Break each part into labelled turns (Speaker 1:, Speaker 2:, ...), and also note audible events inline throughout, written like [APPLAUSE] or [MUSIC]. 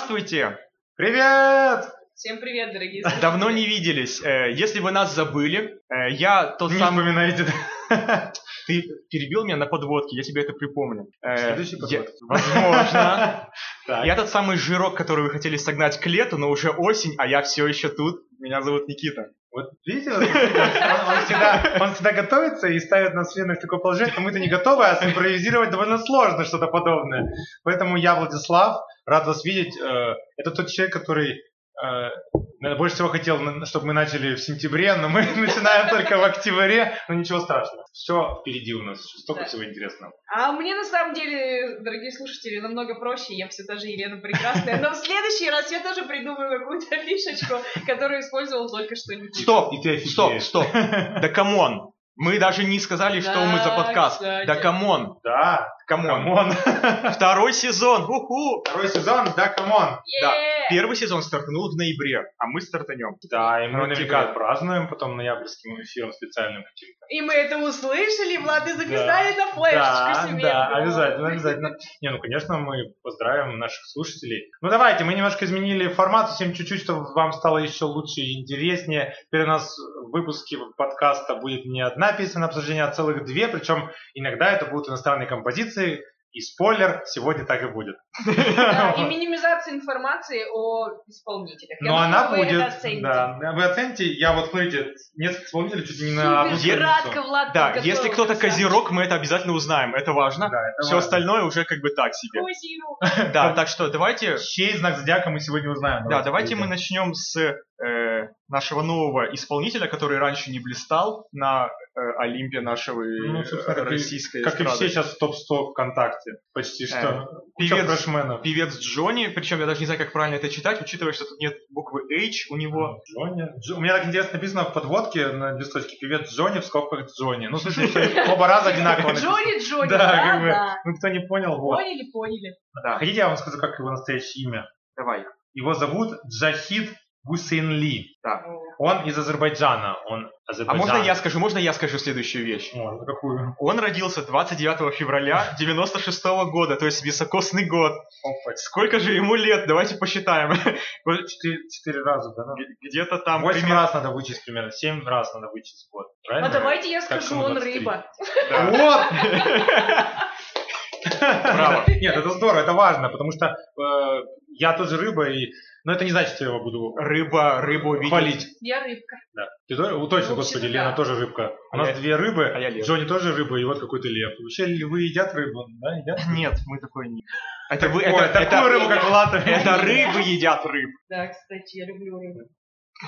Speaker 1: Здравствуйте! Привет!
Speaker 2: Всем привет, дорогие
Speaker 1: Давно не виделись. Э, Если вы нас забыли, э, я тот
Speaker 3: Не
Speaker 1: самый... [LAUGHS] Ты перебил меня на подводке, я тебе это припомню. Э,
Speaker 3: Следующий
Speaker 1: я-
Speaker 3: подход.
Speaker 1: [LAUGHS] Возможно.
Speaker 3: [LAUGHS] Так.
Speaker 1: Я тот самый жирок, который вы хотели согнать к лету, но уже осень, а я все еще тут. Меня зовут Никита.
Speaker 3: Вот видите, он, он всегда, он всегда готовится и ставит нас всех в такое положение, что мы-то не готовы, а симпровизировать довольно сложно что-то подобное. Поэтому я, Владислав, рад вас видеть. Э, Это тот человек, который э, наверное, больше всего хотел, чтобы мы начали в сентябре, но мы [LAUGHS] начинаем только в октябре, но ничего страшного. Все впереди у нас, столько
Speaker 2: Да.
Speaker 3: всего интересного.
Speaker 2: А мне на самом деле, дорогие слушатели, намного проще. Я все та же Елена Прекрасная. Но в следующий раз я тоже придумаю какую-то фишечку, которую использовал только что Никита.
Speaker 1: Стоп!
Speaker 3: И ты
Speaker 1: Стоп,
Speaker 3: офигеешь.
Speaker 1: стоп! Да камон! Мы даже не сказали, что мы за
Speaker 2: Да,
Speaker 1: подкаст.
Speaker 2: кстати.
Speaker 1: Да камон!
Speaker 3: Да,
Speaker 1: Камон!
Speaker 3: камон.
Speaker 1: Второй сезон! Уху!
Speaker 3: Второй сезон, да, камон.
Speaker 1: да.
Speaker 2: Е-е-е!
Speaker 1: Первый сезон стартанул в ноябре, а мы стартанем.
Speaker 3: Да, и мы
Speaker 1: Ну,
Speaker 3: наверняка
Speaker 1: тебе.
Speaker 3: празднуем потом ноябрьским эфиром специальным каким-то.
Speaker 2: И мы это услышали, Влад, и записали на флешечку себе.
Speaker 3: да, обязательно, обязательно. Не, ну, конечно, мы поздравим наших слушателей. Ну, давайте, мы немножко изменили формат, совсем чуть-чуть, чтобы вам стало еще лучше и интереснее. Теперь у нас в выпуске подкаста будет не одна песня на обсуждение, а целых две, причем иногда это будут иностранные композиции, и спойлер, сегодня так и будет.
Speaker 2: Да,
Speaker 3: [LAUGHS]
Speaker 2: и минимизация информации о исполнителях. Я
Speaker 3: Но
Speaker 2: думаю,
Speaker 3: она
Speaker 2: вы
Speaker 3: будет,
Speaker 2: это оцените.
Speaker 3: да. Вы оцените, я вот, смотрите, несколько исполнителей чуть не на одну
Speaker 2: Супер, кратко,
Speaker 3: страницу.
Speaker 2: Влад,
Speaker 1: Да,
Speaker 2: подготовил,
Speaker 1: если кто-то
Speaker 2: красавчик.
Speaker 1: козерог, мы это обязательно узнаем, это важно.
Speaker 3: Да, это
Speaker 1: Все
Speaker 3: важно.
Speaker 1: остальное уже как бы так себе.
Speaker 2: Козерог.
Speaker 1: Да, так что давайте,
Speaker 3: Чей знак зодиака мы сегодня узнаем?
Speaker 1: да, давайте мы
Speaker 3: перейдем.
Speaker 1: начнем с э, нашего нового исполнителя, который раньше не блистал на э, Олимпе нашего э,
Speaker 3: Ну, собственно, как и-
Speaker 1: российской
Speaker 3: Как и все
Speaker 1: эстрады.
Speaker 3: сейчас в топ-100 ВКонтакте. Почти что.
Speaker 1: Э,
Speaker 3: Куча
Speaker 1: певец-
Speaker 3: фрешменов.
Speaker 1: Певец Джонни, причем я даже не знаю, как правильно это читать, учитывая, что тут нет буквы H у него.
Speaker 3: Джонни. Дж- У меня так интересно написано в подводке на листочке. Певец Джонни в скобках Джонни.
Speaker 1: [LAUGHS]
Speaker 3: Ну, слушай, всё, оба раза одинаково написано.
Speaker 2: Джонни, Джонни,
Speaker 3: Да,
Speaker 2: да,
Speaker 3: как бы.
Speaker 2: да.
Speaker 3: Ну, кто не понял, вот.
Speaker 2: Поняли, поняли.
Speaker 1: Да,
Speaker 3: Хотите, я вам скажу, как его настоящее имя?
Speaker 1: давай.
Speaker 3: Его зовут Джахид Гусейнли.
Speaker 2: А
Speaker 3: Он из Азербайджана. Он
Speaker 1: А
Speaker 3: Азербайджан.
Speaker 1: можно я скажу, можно я скажу следующую вещь?
Speaker 3: Можно, какую?
Speaker 1: Он родился 29 февраля 96 года, то есть високосный год.
Speaker 3: Опа,
Speaker 1: Сколько же ему лет? Давайте посчитаем. [LAUGHS] Вот
Speaker 3: четыре, четыре раза, да? надо?
Speaker 1: Где-то там...
Speaker 3: Восемь
Speaker 1: примерно-
Speaker 3: раз надо вычесть примерно. Семь раз надо вычесть. Вот.
Speaker 2: А
Speaker 3: Правильно?
Speaker 2: давайте я
Speaker 3: Как
Speaker 2: скажу,
Speaker 3: ему
Speaker 2: он
Speaker 3: 23?
Speaker 2: рыба.
Speaker 1: Да.
Speaker 3: Вот!
Speaker 1: Браво.
Speaker 3: Нет, это здорово, это важно, потому что э, я тоже рыба, и... но это не значит, что я его буду
Speaker 1: Рыба, рыбу видит.
Speaker 3: хвалить.
Speaker 2: Я рыбка.
Speaker 3: Да. Ты тоже- о, точно,
Speaker 2: Ну,
Speaker 3: господи,
Speaker 2: вообще-то
Speaker 3: Лена
Speaker 2: да.
Speaker 3: тоже рыбка.
Speaker 1: А
Speaker 3: У нас
Speaker 1: я-
Speaker 3: две рыбы,
Speaker 1: а я лев.
Speaker 3: Джонни тоже рыба, и вот какой-то лев. Вообще львы едят рыбу, да, едят?
Speaker 1: Нет, мы такой не... Это вы...
Speaker 3: Ой,
Speaker 1: Это,
Speaker 3: такую
Speaker 1: это-
Speaker 3: рыбу, как
Speaker 1: [LAUGHS]
Speaker 3: Влад.
Speaker 1: это рыбы едят рыб.
Speaker 2: Да, кстати, я люблю рыбу.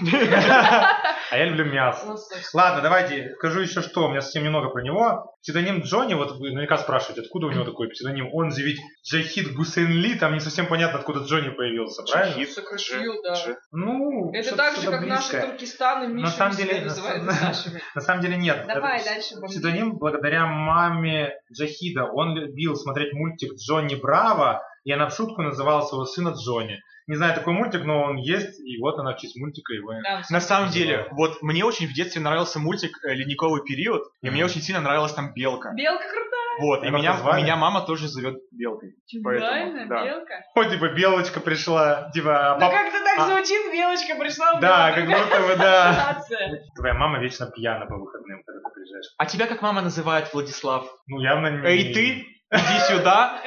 Speaker 3: [LAUGHS]
Speaker 2: Ну,
Speaker 3: А я люблю мясо.
Speaker 2: Вот так.
Speaker 3: Ладно, давайте, скажу еще что, у меня совсем немного про него. Псевдоним Джонни, вот вы наверняка спрашиваете, откуда у него такой псевдоним? Он же ведь Джахид Гусейнли, там не совсем понятно, откуда Джонни появился, правильно?
Speaker 1: Хит,
Speaker 2: Сокращаю,
Speaker 1: же,
Speaker 2: да.
Speaker 1: же.
Speaker 3: Ну,
Speaker 2: Это
Speaker 3: что-то-
Speaker 2: так же,
Speaker 3: что-то
Speaker 2: как наши
Speaker 3: близкое.
Speaker 2: туркестаны, Миша
Speaker 3: На самом
Speaker 2: себя
Speaker 3: деле-
Speaker 2: называет
Speaker 3: на самом- [LAUGHS]
Speaker 2: нашими.
Speaker 3: На самом деле нет.
Speaker 2: Давай
Speaker 3: Это
Speaker 2: дальше, бомби.
Speaker 3: Псевдоним благодаря маме Джахида. Он любил смотреть мультик Джонни Браво, и она в шутку называла своего сына Джонни. Не знаю такой мультик, но он есть, и вот она в честь мультика его.
Speaker 2: Да,
Speaker 1: На самом деле, вот мне очень в детстве нравился мультик э, «Ледниковый период», и мне очень сильно нравилась там белка.
Speaker 2: Белка
Speaker 3: [LAUGHS]
Speaker 2: крутая,
Speaker 1: Вот, и
Speaker 3: Как
Speaker 1: меня,
Speaker 3: название?
Speaker 1: меня мама тоже зовет белкой. Поэтому,
Speaker 2: реально,
Speaker 1: да.
Speaker 2: белка.
Speaker 3: О, типа белочка пришла, типа... а
Speaker 2: Ну
Speaker 3: пап-
Speaker 2: как-то так
Speaker 3: а-
Speaker 2: звучит, белочка пришла, у
Speaker 3: Да,
Speaker 2: меня
Speaker 3: как
Speaker 2: другая
Speaker 3: будто бы, да.
Speaker 2: ассоциация.
Speaker 3: Твоя мама вечно пьяна по выходным, когда ты приезжаешь.
Speaker 1: А тебя как мама называет, Владислав?
Speaker 3: Ну, явно не...
Speaker 1: Эй, ты, иди сюда.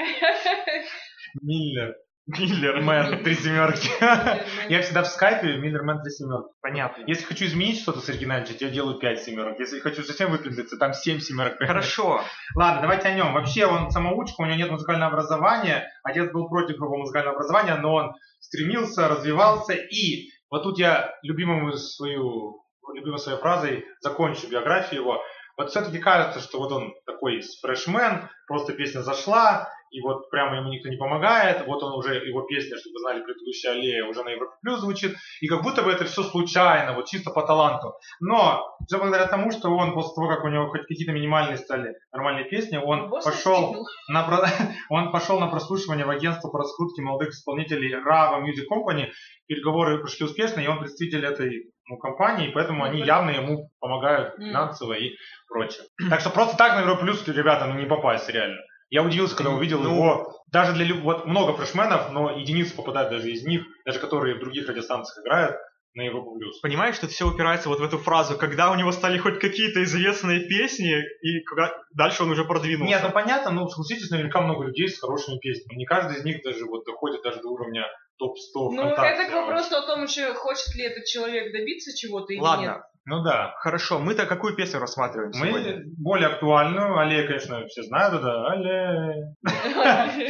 Speaker 3: Миллер. [LAUGHS]
Speaker 1: Миллер.
Speaker 3: Мэн, три семерки. [LAUGHS] [LAUGHS] Я всегда в скайпе Миллер Мэн, три семерки.
Speaker 1: Понятно.
Speaker 3: Если хочу изменить что-то с оригинальчик, я делаю 5 семерок. Если хочу совсем выпендриться, там 7 семерок.
Speaker 1: Хорошо.
Speaker 3: Ладно, давайте о нем. Вообще он самоучка, у него нет музыкального образования. Отец был против его музыкального образования, но он стремился, развивался. И вот тут я любимую свою, любимой своей фразой закончу биографию его. Вот все-таки кажется, что вот он такой фрешмен, просто песня зашла, и вот прямо ему никто не помогает, вот он уже, его песня, чтобы вы знали, предыдущая аллея уже на Европе Плюс звучит, и как будто бы это все случайно, вот чисто по таланту. Но уже благодаря тому, что он после того, как у него хоть какие-то минимальные стали нормальные песни, он
Speaker 2: Вот
Speaker 3: пошел
Speaker 2: стигнул.
Speaker 3: на, про- [LAUGHS] он пошел на прослушивание в агентство по раскрутке молодых исполнителей Rava Music Company. Переговоры прошли успешно, и он представитель этой ну, компании, и поэтому они явно ему помогают
Speaker 2: Мгм.
Speaker 3: [CLEARS THROAT] финансово и прочее. Так что просто так на Европлюс, ребята, ну не попасть реально. Я удивился, когда увидел
Speaker 1: Ну.
Speaker 3: его. Даже для люб- вот много фрешменов, но единицы попадают даже из них, даже которые в других радиостанциях играют, на его плюс.
Speaker 1: Понимаешь, тут все упирается вот в эту фразу, когда у него стали хоть какие-то известные песни, и когда- дальше он уже продвинулся.
Speaker 3: Нет, ну понятно, ну согласитесь, наверняка много людей с хорошими песнями. Не каждый из них даже вот доходит даже до уровня топ-100
Speaker 2: Ну,
Speaker 3: ВКонтакте. а
Speaker 2: это к вопросу о том еще, хочет ли этот человек добиться чего-то или нет.
Speaker 1: Ладно,
Speaker 3: Ну да.
Speaker 1: хорошо, мы-то какую песню рассматриваем
Speaker 3: Мы
Speaker 1: сегодня?
Speaker 3: более актуальную. Аллея, конечно, все знают, это Алле.
Speaker 2: [LAUGHS]
Speaker 3: [LAUGHS]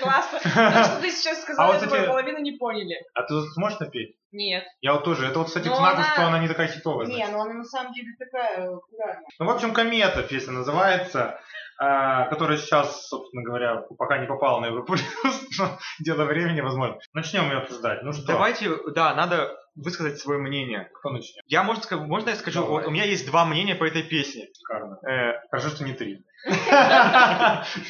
Speaker 2: Классно. То, что ты сейчас
Speaker 3: А
Speaker 2: сказал,
Speaker 3: вот
Speaker 2: я думаю,
Speaker 3: эти-
Speaker 2: половину не поняли.
Speaker 3: А ты сможешь напеть?
Speaker 2: Нет.
Speaker 3: Я вот тоже. Это вот, кстати,
Speaker 2: Ну,
Speaker 3: к знаку,
Speaker 2: она-
Speaker 3: что она не такая хитовая.
Speaker 4: Не,
Speaker 3: значит.
Speaker 4: ну она на самом деле такая, э, да.
Speaker 3: Ну, в общем, комета песня называется, а, которая сейчас, собственно говоря, пока не попала на Европу [LAUGHS] но дело времени, возможно. Начнем ее обсуждать. Ну что,
Speaker 1: Давайте, да, надо высказать свое мнение.
Speaker 3: кто начнет?
Speaker 1: Я, можно, ска- можно я скажу,
Speaker 3: Давай.
Speaker 1: вот у меня есть два мнения по этой песне.
Speaker 3: Шикарно.
Speaker 1: Э,
Speaker 3: Хорошо, что не ты. [LAUGHS]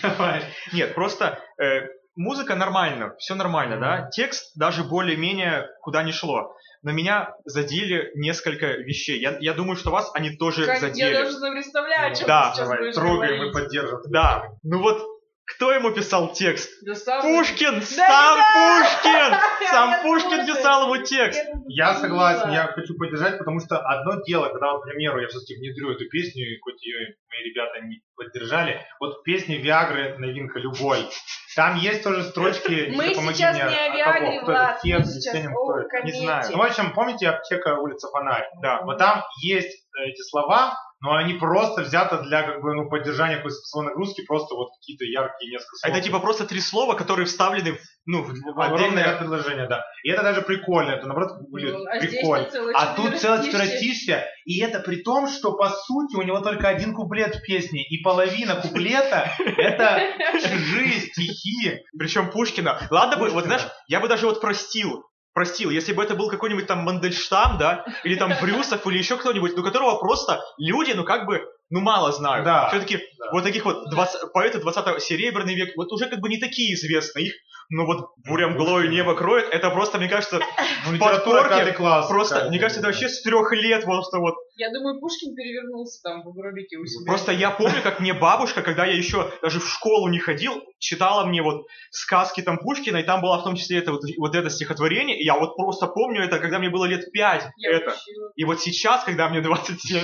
Speaker 3: Давай.
Speaker 1: Нет, просто э, музыка нормально, все нормально, да. Текст даже более-менее куда ни шло. Но меня задели несколько вещей. Я, я думаю, что вас они тоже
Speaker 2: Как
Speaker 1: задели.
Speaker 2: я даже не представляю, о чем
Speaker 1: Да,
Speaker 2: ты сейчас
Speaker 3: Ну Давай,
Speaker 2: будешь
Speaker 3: трогаем и
Speaker 2: говорить.
Speaker 3: поддержим.
Speaker 1: Да. Ну вот кто ему писал текст?
Speaker 2: Да самый-
Speaker 1: Пушкин! Сам Пушкин!
Speaker 3: [LAUGHS]
Speaker 1: Сам
Speaker 2: Я
Speaker 1: Пушкин
Speaker 2: тоже.
Speaker 1: писал ему текст!
Speaker 3: Я
Speaker 2: Ну,
Speaker 3: согласен, я хочу поддержать, потому что одно дело, когда, вот, к примеру, я все-таки внедрю эту песню, и хоть ее мои ребята не поддержали, вот песня Виагры новинка любой. Там есть тоже строчки.
Speaker 2: [LAUGHS] Мы
Speaker 3: помоги
Speaker 2: сейчас
Speaker 3: мне,
Speaker 2: не о
Speaker 3: а
Speaker 2: Виагре,
Speaker 3: кого? Кто это?
Speaker 2: Влад, мы
Speaker 3: Кент,
Speaker 2: сейчас
Speaker 3: Есенин, кто
Speaker 2: о
Speaker 3: это?
Speaker 1: Не
Speaker 2: комете.
Speaker 1: знаю.
Speaker 3: Ну, в общем, помните аптека улица Фонарь?
Speaker 1: Да.
Speaker 3: Вот там есть э, эти слова, но они просто взяты для как бы ну поддержания какой-то смысловой нагрузки, просто вот какие-то яркие несколько слов.
Speaker 1: Это типа просто три слова, которые вставлены в, ну, в
Speaker 3: отдельное
Speaker 1: отдельное...
Speaker 3: предложение, да. И это даже прикольно, это наоборот выглядит
Speaker 2: Ну, а здесь
Speaker 3: прикольно.
Speaker 2: тут целое
Speaker 3: А тут целое
Speaker 2: четверостишье.
Speaker 3: четверостишье, и это при том, что по сути у него только один куплет в песне, и половина куплета это чужие стихи.
Speaker 1: Причем Пушкина. Ладно бы, вот
Speaker 3: Пушкина.
Speaker 1: знаешь, я бы даже вот простил. Простил, если бы это был какой-нибудь там Мандельштам, да, или там Брюсов, или еще кто-нибудь, ну которого просто люди, ну как бы, ну мало знают.
Speaker 3: Да.
Speaker 1: Все-таки
Speaker 3: Да.
Speaker 1: вот таких вот 20 поэты 20-го, Серебряный век, вот уже как бы не такие известные их, но вот бурям мглою небо кроет, это просто, мне кажется,
Speaker 3: Ну, литература
Speaker 1: подпорке
Speaker 3: пятый класс.
Speaker 1: просто,
Speaker 3: какая-то.
Speaker 1: мне кажется, это вообще с трех лет просто вот
Speaker 2: Я думаю, Пушкин перевернулся там в гробике у
Speaker 3: Ну,
Speaker 2: себя.
Speaker 1: Просто я помню, как мне бабушка, когда я еще даже в школу не ходил, читала мне вот сказки там Пушкина, и там было в том числе это вот, вот это стихотворение, и я вот просто помню это, когда мне было лет пять,
Speaker 2: Я
Speaker 1: это.
Speaker 2: учила.
Speaker 1: И вот сейчас, когда мне 27,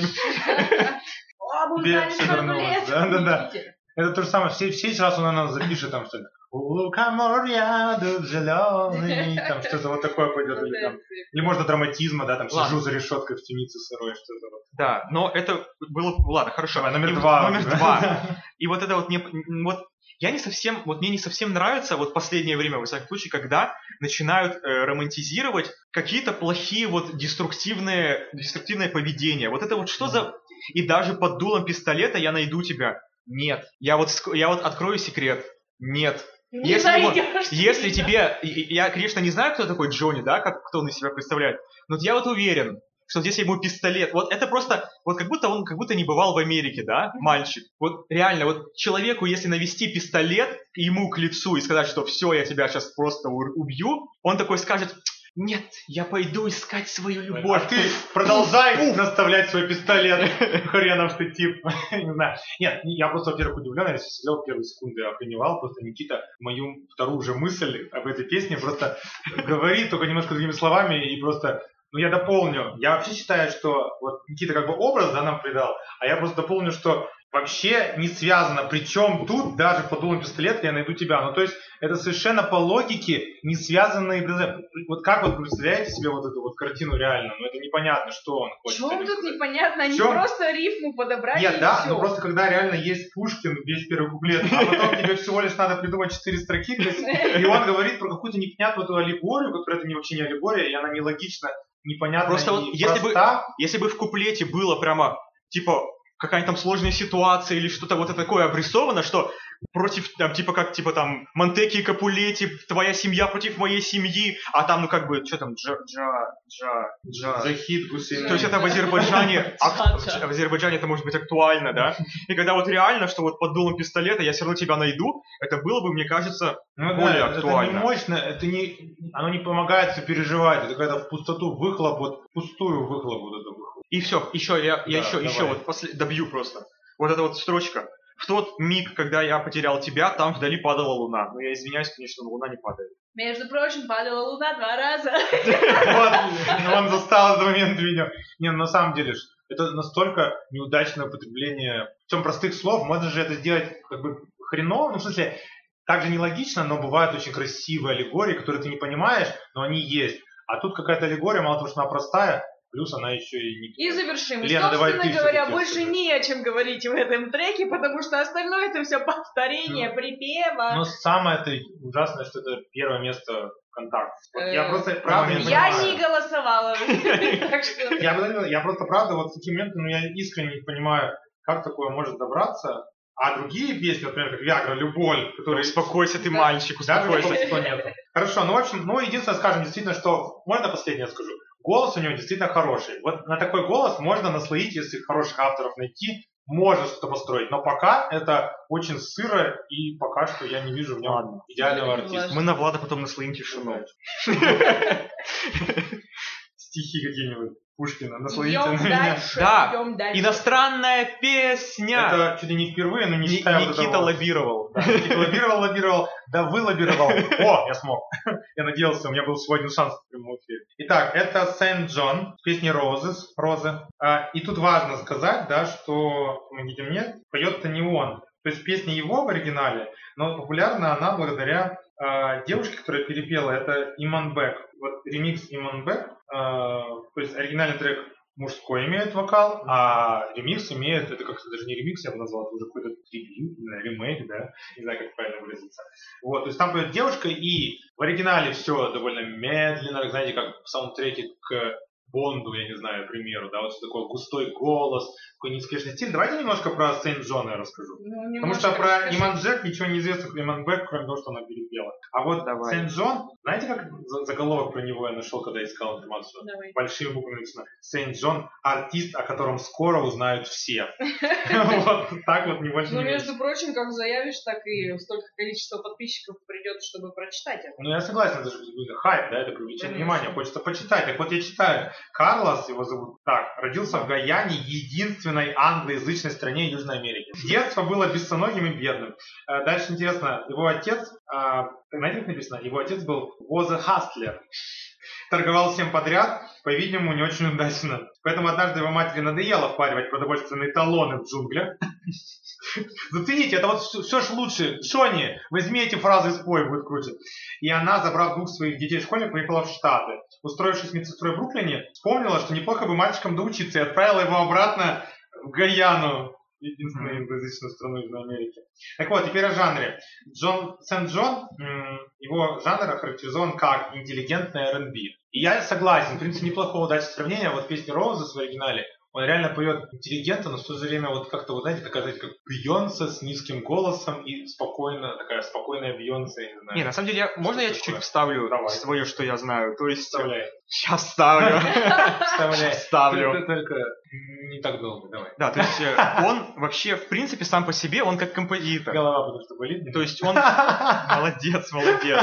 Speaker 2: О, мы
Speaker 3: Тебе
Speaker 2: узнали,
Speaker 3: всё
Speaker 2: сколько
Speaker 3: вернулось,
Speaker 2: лет.
Speaker 3: да-да-да.
Speaker 2: Видите?
Speaker 3: Это то же самое, все, все сейчас он нас запишет там что-то. У лукоморья дуб зеленый, там что-то вот такое
Speaker 2: Ну
Speaker 3: пойдет. Или, там-
Speaker 2: Тенденции.
Speaker 3: или можно драматизма, да, там
Speaker 1: Ладно.
Speaker 3: сижу за решеткой в темнице сырой, что-то вот.
Speaker 1: да, но это было, ладно, хорошо.
Speaker 3: Давай, номер
Speaker 1: И-
Speaker 3: два.
Speaker 1: Номер два. И вот это вот мне, м, вот я не совсем, вот мне не совсем нравится вот последнее время, во всяком случае, когда начинают э, романтизировать какие-то плохие вот деструктивные, деструктивное поведение. Вот это вот что за... И даже под дулом пистолета я найду тебя. Нет. Я вот, ск- я вот открою секрет. Нет.
Speaker 2: Не
Speaker 1: Если его-
Speaker 2: зайдешь.
Speaker 1: Если тебе... и- и Я, конечно, не знаю, кто такой Джонни, да, как кто он из себя представляет, но вот я вот уверен, что здесь ему пистолет. Вот это просто... Вот как будто он как будто не бывал в Америке, да, мальчик. Вот реально, вот человеку, если навести пистолет ему к лицу и сказать, что все, я тебя сейчас просто ур- убью, он такой скажет, нет, я пойду искать свою
Speaker 3: А
Speaker 1: любовь.
Speaker 3: ты продолжай наставлять свой пистолет, хренов ты тип. [LAUGHS] Не знаю. Нет, я просто, во-первых, удивлен, я сидел первые секунды, охреневал, просто Никита мою вторую же мысль об этой песне просто говорит, только немножко другими словами, и просто ну, я дополню. Я вообще считаю, что вот Никита как бы образ да, нам придал, а я просто дополню, что вообще не связано. Причем тут даже под дулом пистолета я найду тебя. Ну, то есть это совершенно по логике не связанные... предметы. Вот как вы представляете себе вот эту вот картину реально? Ну, это непонятно, что он хочет.
Speaker 2: Чего
Speaker 3: этим
Speaker 2: тут
Speaker 3: сказать.
Speaker 2: непонятно? Они
Speaker 3: Чё?
Speaker 2: просто рифму подобрали
Speaker 3: Нет,
Speaker 2: и
Speaker 3: да,
Speaker 2: всё.
Speaker 3: ну просто когда реально есть Пушкин весь первый куплет, а потом тебе всего лишь надо придумать четыре строки, то есть, и он говорит про какую-то непонятную эту аллегорию, которая это не, вообще не аллегория, и она нелогична, непонятна
Speaker 1: Просто вот
Speaker 3: и
Speaker 1: если бы-
Speaker 3: проста.
Speaker 1: Если бы в куплете было прямо, типа, какая-нибудь там сложная ситуация или что-то вот такое обрисовано, что против, там, типа, как, типа, там, Монтеки и Капулети, твоя семья против моей семьи, а там, ну, как бы, что там, джа, джа, джа, джа.
Speaker 3: Захид Гусейн.
Speaker 1: То есть это в Азербайджане, ак-
Speaker 2: Джа-джа.
Speaker 1: в Азербайджане это может быть актуально, да? И когда вот реально, что вот под дулом пистолета я все равно тебя найду, это было бы, мне кажется,
Speaker 3: Ну
Speaker 1: более
Speaker 3: да, Это
Speaker 1: актуально.
Speaker 3: не мощно, это не, оно не помогает сопереживать, это когда в пустоту выхлоп, вот пустую
Speaker 1: [LAUGHS]
Speaker 3: выхлоп вот это выхлоп.
Speaker 1: И все, еще я, я
Speaker 3: Да,
Speaker 1: еще, еще
Speaker 3: давай.
Speaker 1: вот после добью просто. Вот эта вот строчка. в тот миг, когда я потерял тебя, там вдали падала луна. Но я извиняюсь, конечно, но луна не падает.
Speaker 2: [LAUGHS] Между прочим, падала луна два раза.
Speaker 3: Вот, Ну, он застал этот момент видео. Не, ну, на самом деле, ж, это настолько неудачное употребление, причем простых слов, можно же это сделать как бы хреново, ну, в смысле, также нелогично, но бывают очень красивые аллегории, которые ты не понимаешь, но они есть. А тут какая-то аллегория, мало того, что она простая, плюс она еще и не...
Speaker 2: И завершим.
Speaker 3: Э, Лена, давай
Speaker 2: Собственно
Speaker 3: ты
Speaker 2: говоря,
Speaker 3: всё-таки
Speaker 2: больше
Speaker 3: расскажи.
Speaker 2: не о чем говорить в этом треке, потому что остальное это все повторение,
Speaker 3: Ну,
Speaker 2: припева.
Speaker 3: Но самое-то ужасное, что это первое место ВКонтакте. Вот ну, я
Speaker 2: Э,
Speaker 3: просто правда не
Speaker 2: Я
Speaker 3: понимаю.
Speaker 2: не
Speaker 3: [LAUGHS]
Speaker 2: голосовала. Так что...
Speaker 3: Я, бы- я просто правда вот в такие моменты, ну, я искренне не понимаю, как такое может добраться. А другие песни, например, как «Виагра», «Любовь», которые...
Speaker 1: Успокойся ты,
Speaker 2: Да.
Speaker 1: мальчик,
Speaker 3: Да, такого
Speaker 1: успокойся.
Speaker 3: слова нету. Хорошо, ну, в общем, ну, единственное, скажем, действительно, что... Можно последнее скажу? Голос у него действительно хороший. Вот на такой голос можно наслоить, если хороших авторов найти, можно что-то построить. Но пока это очень сыро, и пока что я не вижу в нем
Speaker 1: Ладно.
Speaker 3: идеального
Speaker 2: Ладно.
Speaker 3: артиста.
Speaker 1: Мы на Влада потом наслоим тишину.
Speaker 3: Стихи какие-нибудь Пушкина, наслоите на
Speaker 2: Идем
Speaker 3: меня.
Speaker 2: дальше,
Speaker 1: Да.
Speaker 2: идем дальше.
Speaker 1: Иностранная песня!
Speaker 3: Это чуть ли не впервые, но не
Speaker 1: Ни-
Speaker 3: считая вот
Speaker 1: Никита
Speaker 3: этого.
Speaker 1: лоббировал.
Speaker 3: Да, Никита лоббировал, лоббировал, да вы лоббировал. О, я смог. [LAUGHS] Я надеялся, у меня был сегодня шанс в прямом эфире. Итак, это Сент Джон, песня Roses, Розы. А, и тут важно сказать, да, что, помогите мне, поет-то не он. То есть песня его в оригинале, но популярна она благодаря а, девушке, которая перепела, это Иман Бек. Вот ремикс Иман Бек, а, то есть оригинальный трек мужской имеет вокал, а ремикс имеет, это как-то даже не ремикс, я бы назвал, это уже какой-то трибьют, не знаю, ремейк, да, не знаю, как правильно выразиться. Вот, то есть там поет девушка, и в оригинале все довольно медленно, как, знаете, как в саундтреке к Бонду, я не знаю, к примеру, да, вот такой густой голос, такой неспешный стиль. Давайте немножко про Сейн Джона я расскажу.
Speaker 2: Ну,
Speaker 3: Потому
Speaker 2: немножко
Speaker 3: что про
Speaker 2: расскажи.
Speaker 3: Иман Джек ничего не известно, про Иман Бек, кроме того, что она перепела. А вот
Speaker 1: Давай.
Speaker 3: Сейн Джон, знаете, как за- заголовок про него я нашел, когда искал информацию?
Speaker 2: Давай.
Speaker 3: большими буквами написано Сент Джон, артист, о котором скоро узнают
Speaker 2: [LAUGHS]
Speaker 3: все. Вот так вот не больше
Speaker 2: Ну,
Speaker 3: не меньше.
Speaker 2: между прочим, как заявишь, так и столько количества подписчиков придет, чтобы прочитать это.
Speaker 3: Ну, я согласен, это же какой-то хайп, да, это привлечение
Speaker 2: Конечно.
Speaker 3: внимания, хочется почитать. Так вот я читаю, Карлос, его зовут так, родился в Гаяне, единственной англоязычной стране Южной Америки. Детство было бессоногим и бедным. Э, Дальше интересно, его отец, э, знаете, как написано? Его отец был was a hustler. Торговал всем подряд, по-видимому, не очень удачно. Поэтому однажды его матери надоело впаривать продовольственные талоны в джунглях. [LAUGHS] Зацените, это вот все ж лучше. Шони, возьми эти фразы и спой, будет круче. И она, забрав двух своих детей-школьников, поехала в Штаты. Устроившись медсестрой в Бруклине, вспомнила, что неплохо бы мальчикам доучиться, и отправила его обратно в Гаяну, единственную англоязычную страну Южной Америки. Так вот, теперь о жанре. Джон Сент-Джон, м, его жанр охарактеризован как интеллигентное R&B. И я согласен, в принципе, неплохого дачи сравнения. Вот песня Роузес в оригинале, он реально поет интеллигентно, но в то же время вот как-то, вот знаете, такая, знаете, как Бейонсе с низким голосом и спокойно, такая спокойная Бейонсе, я не знаю.
Speaker 1: Не, на самом деле, я- можно я
Speaker 3: Что
Speaker 1: чуть-чуть
Speaker 3: такое?
Speaker 1: вставлю
Speaker 3: Давай.
Speaker 1: свое, что я знаю? То есть, [LAUGHS]
Speaker 3: Вставляй.
Speaker 1: я вставлю,
Speaker 3: [LAUGHS] Вставляй.
Speaker 1: вставлю.
Speaker 3: Ты- ты Только не так долго, давай.
Speaker 1: Да, то есть э, он вообще, в принципе, сам по себе, он как композитор.
Speaker 3: Голова, потому что болит.
Speaker 1: То есть
Speaker 3: [LAUGHS]
Speaker 1: он... Молодец, молодец.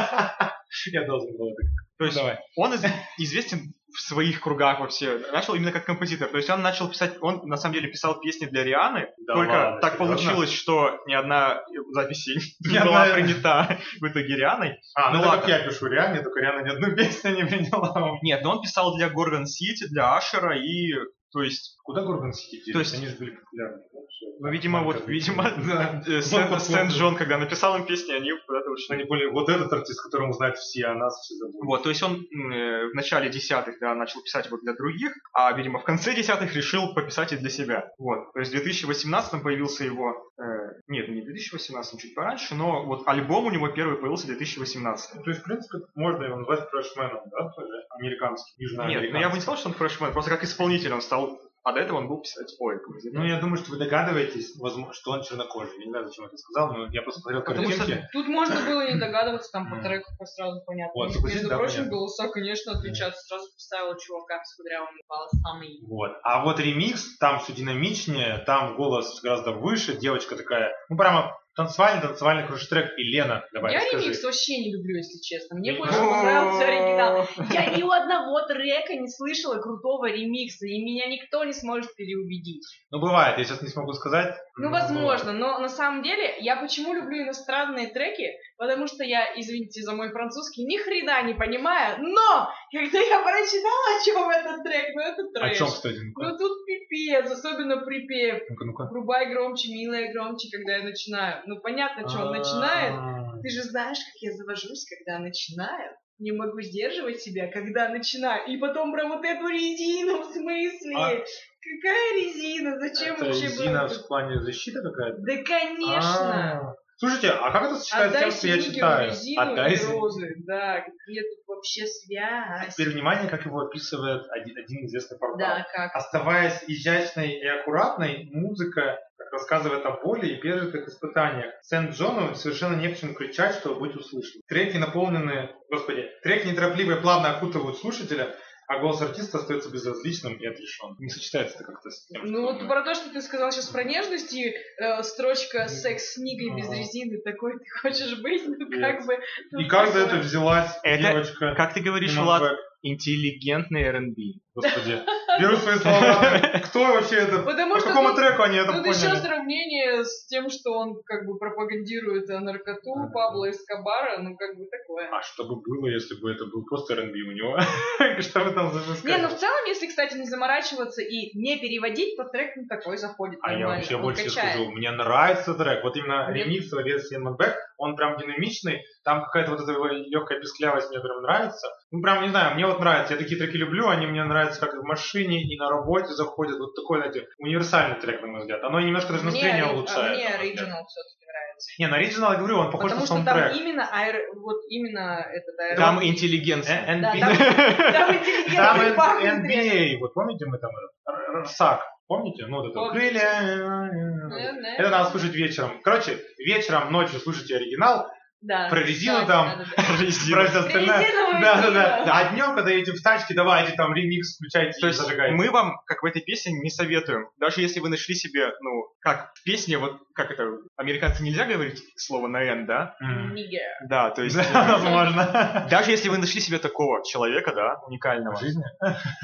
Speaker 3: Я должен был это.
Speaker 1: То есть
Speaker 3: давай.
Speaker 1: он из- известен в своих кругах вообще. Начал именно как композитор. То есть он начал писать, он на самом деле писал песни для Рианы.
Speaker 3: Да
Speaker 1: только
Speaker 3: ладно,
Speaker 1: так
Speaker 3: серьезно?
Speaker 1: получилось, что ни одна запись
Speaker 3: [LAUGHS] Ни
Speaker 1: не была
Speaker 3: одна-
Speaker 1: принята в итоге Рианой.
Speaker 3: А, ну,
Speaker 1: Ну
Speaker 3: это
Speaker 1: ладно.
Speaker 3: как я пишу Риане, только Риана ни одну [LAUGHS] песню не а приняла.
Speaker 1: Нет, но он писал для Горгон Сити, для Ашера и... То есть,
Speaker 3: Куда Горгон Сити?
Speaker 1: То есть-
Speaker 3: Они же были популярны. вообще.
Speaker 1: ну, видимо, вот,
Speaker 3: Марка
Speaker 1: видимо,
Speaker 3: [LAUGHS]
Speaker 1: [LAUGHS]
Speaker 3: Да.
Speaker 1: э,
Speaker 3: Вот,
Speaker 1: Сен-
Speaker 3: вот,
Speaker 1: Сент
Speaker 3: вот.
Speaker 1: Джон, когда написал им песни, они куда-то ушли.
Speaker 3: Они были вот этот артист, которому знают все, а нас все забыли.
Speaker 1: Вот, то есть он м, э, в начале десятых да, начал писать вот для других, а, видимо, в конце десятых решил пописать и для себя. Вот, то есть в 2018 появился его... э, нет, не в 2018, чуть пораньше, но вот альбом у него первый появился в 2018.
Speaker 3: То есть, в принципе, можно его назвать фрешменом, да, тоже? Американским,
Speaker 1: Нет,
Speaker 3: южноамериканским.
Speaker 1: но я бы не сказал, что он фрешмен, просто как исполнитель он стал... А до этого он был писать... Ой, композитор.
Speaker 3: Ну, я думаю, что вы догадываетесь, возможно, что он чернокожий. Я не знаю, зачем я это сказал, но я просто смотрел
Speaker 1: Потому что-
Speaker 3: картинки.
Speaker 2: Тут можно было
Speaker 3: [CLEARS THROAT]
Speaker 2: и не догадываться, там по
Speaker 3: Мгм.
Speaker 2: треку сразу понятно.
Speaker 3: Вот,
Speaker 2: Между
Speaker 3: типа здесь, да,
Speaker 2: прочим,
Speaker 3: понятно.
Speaker 2: голоса, конечно, отличаются. Сразу представила чувака с кудрявыми волосами.
Speaker 3: Вот. А вот ремикс, там все динамичнее, там голос гораздо выше, девочка такая, ну прямо танцевальный, танцевальный хороший трек. И Лена, давай,
Speaker 2: Я
Speaker 3: расскажи.
Speaker 2: ремикс вообще не люблю, если честно. Мне
Speaker 3: Ну,
Speaker 2: больше понравился оригинал. слышала. Я ни у одного трека не слышала крутого ремикса, и меня никто не сможет переубедить.
Speaker 3: Ну, бывает, я сейчас не смогу сказать.
Speaker 2: Ну, возможно, но на самом деле я почему люблю иностранные треки, потому что я, извините за мой французский, ни хрена не понимаю, но когда я прочитала, о чем этот трек, ну это
Speaker 3: О
Speaker 2: трэш.
Speaker 3: чем, кстати? Ну-ка,
Speaker 2: Ну тут пипец, особенно припев.
Speaker 3: ну-ка. ну-ка.
Speaker 2: Врубай громче, милая, громче, когда я начинаю. Ну понятно,
Speaker 3: А,
Speaker 2: что он начинает. Ты же знаешь, как я завожусь, когда начинаю. Не могу сдерживать себя, когда начинаю. И потом про вот эту резину, в смысле?
Speaker 3: А?
Speaker 2: Какая резина? Зачем
Speaker 3: Это
Speaker 2: вообще было?
Speaker 3: резина в плане защиты какая-то?
Speaker 2: Да конечно!
Speaker 3: А. Слушайте, а как это сочетается с тем, что я
Speaker 2: Сникеру
Speaker 3: читаю?
Speaker 2: резину
Speaker 3: Отдай
Speaker 2: и
Speaker 3: Сникеру.
Speaker 2: розы. Да, где тут вообще связь?
Speaker 3: Теперь внимание, как его описывает один, один известный портал.
Speaker 2: Да, как?
Speaker 3: Оставаясь изящной и аккуратной, музыка рассказывает о боли и пережитых испытаниях. Сент-Джону совершенно не к чему кричать, чтобы быть услышанным. Треки наполнены... Господи, треки неторопливо и плавно окутывают слушателя, а голос артиста остается безразличным и отрешенным. Не сочетается это как-то с тем,
Speaker 2: Ну
Speaker 3: что
Speaker 2: вот
Speaker 3: мы-
Speaker 2: про то, что ты сказал сейчас про нежность и э, строчка секс с книгой без
Speaker 3: Ага.
Speaker 2: резины, такой ты хочешь быть, ну
Speaker 3: Нет.
Speaker 2: как бы.
Speaker 3: И
Speaker 2: ну,
Speaker 3: как за
Speaker 2: такое.
Speaker 3: это взялась
Speaker 1: Это-
Speaker 3: девочка?
Speaker 1: Как ты говоришь,
Speaker 3: Именно
Speaker 1: Влад,
Speaker 3: Black?
Speaker 1: интеллигентный R&B.
Speaker 2: [LAUGHS]
Speaker 3: Господи, беру свои [LAUGHS] слова. Кто вообще это?
Speaker 2: Потому
Speaker 3: По
Speaker 2: что
Speaker 3: какому
Speaker 2: тут-
Speaker 3: треку они это
Speaker 2: Тут еще
Speaker 3: поняли?
Speaker 2: Ну, сравнение с тем, что он как бы пропагандирует э, наркоту
Speaker 3: Да.
Speaker 2: Пабло Эскобара, ну как бы такое.
Speaker 3: А что бы было, если бы это был просто R&B у него? [LAUGHS] Что бы там за
Speaker 2: Не, ну в
Speaker 3: сказали?
Speaker 2: целом, если, кстати, не заморачиваться и не переводить, то трек ну такой заходит
Speaker 3: А я
Speaker 2: нормально,
Speaker 3: вообще
Speaker 2: он
Speaker 3: больше тебе
Speaker 2: качает.
Speaker 3: скажу, мне нравится трек. Вот именно
Speaker 2: Мне-
Speaker 3: ремикс версии Макбек, он прям динамичный, там какая-то вот эта его легкая песклявость мне прям нравится. Ну прям, не знаю, мне вот нравится, я такие треки люблю, они мне нравятся как и в машине, и на работе заходят. Вот такой, знаете, универсальный трек, на мой взгляд. Оно и немножко даже
Speaker 2: мне,
Speaker 3: настроение
Speaker 2: ори- а,
Speaker 3: улучшает.
Speaker 2: Мне
Speaker 3: на мой взгляд.
Speaker 2: оригинал все-таки нравится.
Speaker 3: Не, на оригинал, я говорю, он похож
Speaker 2: Потому
Speaker 3: на
Speaker 2: что
Speaker 3: саундтрек.
Speaker 2: там именно, аэро- вот именно этот аэро-
Speaker 1: Там интеллигенция.
Speaker 3: Э,
Speaker 2: Да,
Speaker 3: NB.
Speaker 2: там, [LAUGHS] там
Speaker 3: [LAUGHS]
Speaker 2: интеллигентный
Speaker 3: Там Н-
Speaker 2: пах.
Speaker 3: NBA, вот помните мы там этот, Р- Р- Сак, помните? Ну, вот это
Speaker 2: Помните.
Speaker 3: крылья.
Speaker 2: Наверное.
Speaker 3: э. Это надо слушать вечером. Короче, вечером, ночью слушайте оригинал,
Speaker 2: Да.
Speaker 3: про резину
Speaker 2: Да,
Speaker 3: там.
Speaker 2: да, да, да.
Speaker 3: про
Speaker 1: Резина.
Speaker 3: все остальное.
Speaker 2: Резиновое
Speaker 3: Да, да,
Speaker 2: диво.
Speaker 3: да. А днем, когда едете в тачке, давайте там ремикс включайте
Speaker 1: То
Speaker 3: и
Speaker 1: есть
Speaker 3: зажигайте.
Speaker 1: мы вам, как в этой песне, не советуем. Даже если вы нашли себе, ну, как в песне, вот как это, американцы нельзя говорить слово на «н», да?
Speaker 2: [LAUGHS]
Speaker 3: М.
Speaker 2: Нигер.
Speaker 1: Да, то есть... э,
Speaker 3: Возможно.
Speaker 1: Даже если вы нашли себе такого человека, да, уникального,
Speaker 3: В жизни?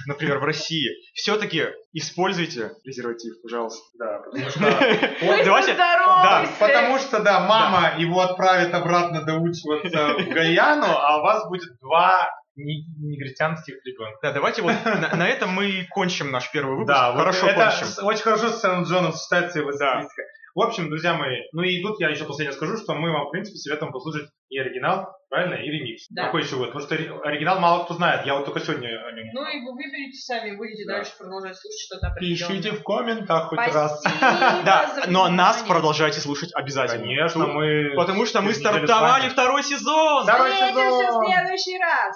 Speaker 1: например, в России, все-таки используйте презерватив, пожалуйста.
Speaker 3: Да, потому что...
Speaker 2: Будь
Speaker 1: давайте-
Speaker 2: здоровый,
Speaker 1: да,
Speaker 2: секс.
Speaker 3: Потому что, да, мама его отправит обратно доучиваться в Гаяну, а у вас будет два не- негритянских ребенка.
Speaker 1: Да, давайте вот на, на этом мы и кончим наш первый выпуск.
Speaker 3: Да, вот
Speaker 1: Ну, хорошо
Speaker 3: это
Speaker 1: кончим.
Speaker 3: с- очень хорошо с Сент Джоном сочетается его
Speaker 1: Да.
Speaker 3: стилистика. В общем, друзья мои, ну и тут я еще последнее скажу, что мы вам, в принципе, советуем послушать и оригинал, правильно, и ремикс.
Speaker 2: Да.
Speaker 3: Какой еще год? Потому что ори- оригинал мало кто знает, я вот только сегодня о нем.
Speaker 2: Ну и вы выберите сами, будете
Speaker 3: Да.
Speaker 2: дальше продолжать слушать что-то определенное.
Speaker 3: Пишите в комментах хоть
Speaker 2: Спасибо
Speaker 3: раз. [LAUGHS]
Speaker 1: Да,
Speaker 2: за
Speaker 1: но нас
Speaker 2: внимание.
Speaker 1: продолжайте слушать обязательно.
Speaker 3: Конечно, мы...
Speaker 1: Потому что мы
Speaker 3: Через неделю с
Speaker 1: стартовали
Speaker 3: вами.
Speaker 1: второй сезон!
Speaker 3: Второй
Speaker 2: Встретимся
Speaker 3: сезон!
Speaker 2: в следующий раз.